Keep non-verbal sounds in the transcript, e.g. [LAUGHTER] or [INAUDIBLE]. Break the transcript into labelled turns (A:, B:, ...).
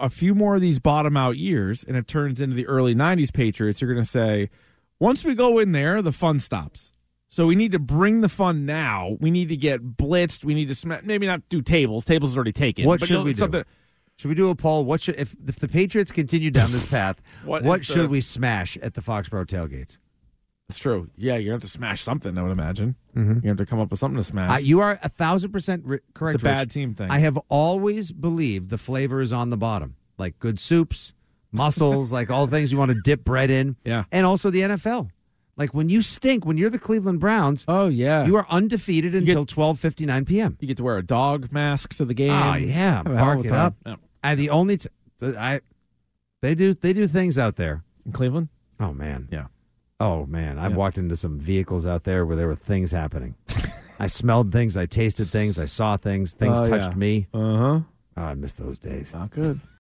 A: a few more of these bottom out years and it turns into the early 90s Patriots, you're going to say, once we go in there, the fun stops. So we need to bring the fun now. We need to get blitzed. We need to sm- maybe not do tables. Tables is already taken.
B: What
A: but
B: should
A: you'll-
B: we do?
A: Something,
B: Should we do a poll? What should if if the Patriots continue
A: [LAUGHS]
B: down this path?
A: What
B: what
A: is the-
B: should we smash at the Foxborough tailgates?
A: it's true. Yeah, you're going to have to smash something, I would imagine.
B: Mhm.
A: You have to come up with something to smash.
B: Uh, you are a thousand percent ri- correct.
A: it's a bad
B: Rich.
A: team thing.
B: I have always believed the flavor is on the bottom, like good soups,
A: [LAUGHS]
B: mussels, like all the things you want to dip bread in,
A: yeah.
B: and also the NFL. Like when you stink, when you're the Cleveland Browns,
A: Oh, yeah.
B: you are undefeated
A: get-
B: until twelve fifty nine p.m.
A: You get to wear a dog mask to the game.
B: Oh yeah,
A: Have a hell of
B: bark
A: a
B: it
A: time.
B: up.
A: Yeah.
B: I the only t- I they do they do things out there.
A: In Cleveland?
B: Oh man.
A: Yeah.
B: Oh man, I
A: Yeah.
B: walked into some vehicles out there where there were things
A: [LAUGHS]
B: happening. I smelled things, I tasted things, I saw things, things
A: Oh,
B: touched
A: yeah.
B: me.
A: Uh huh.
B: Oh, I miss those days.
A: Not good.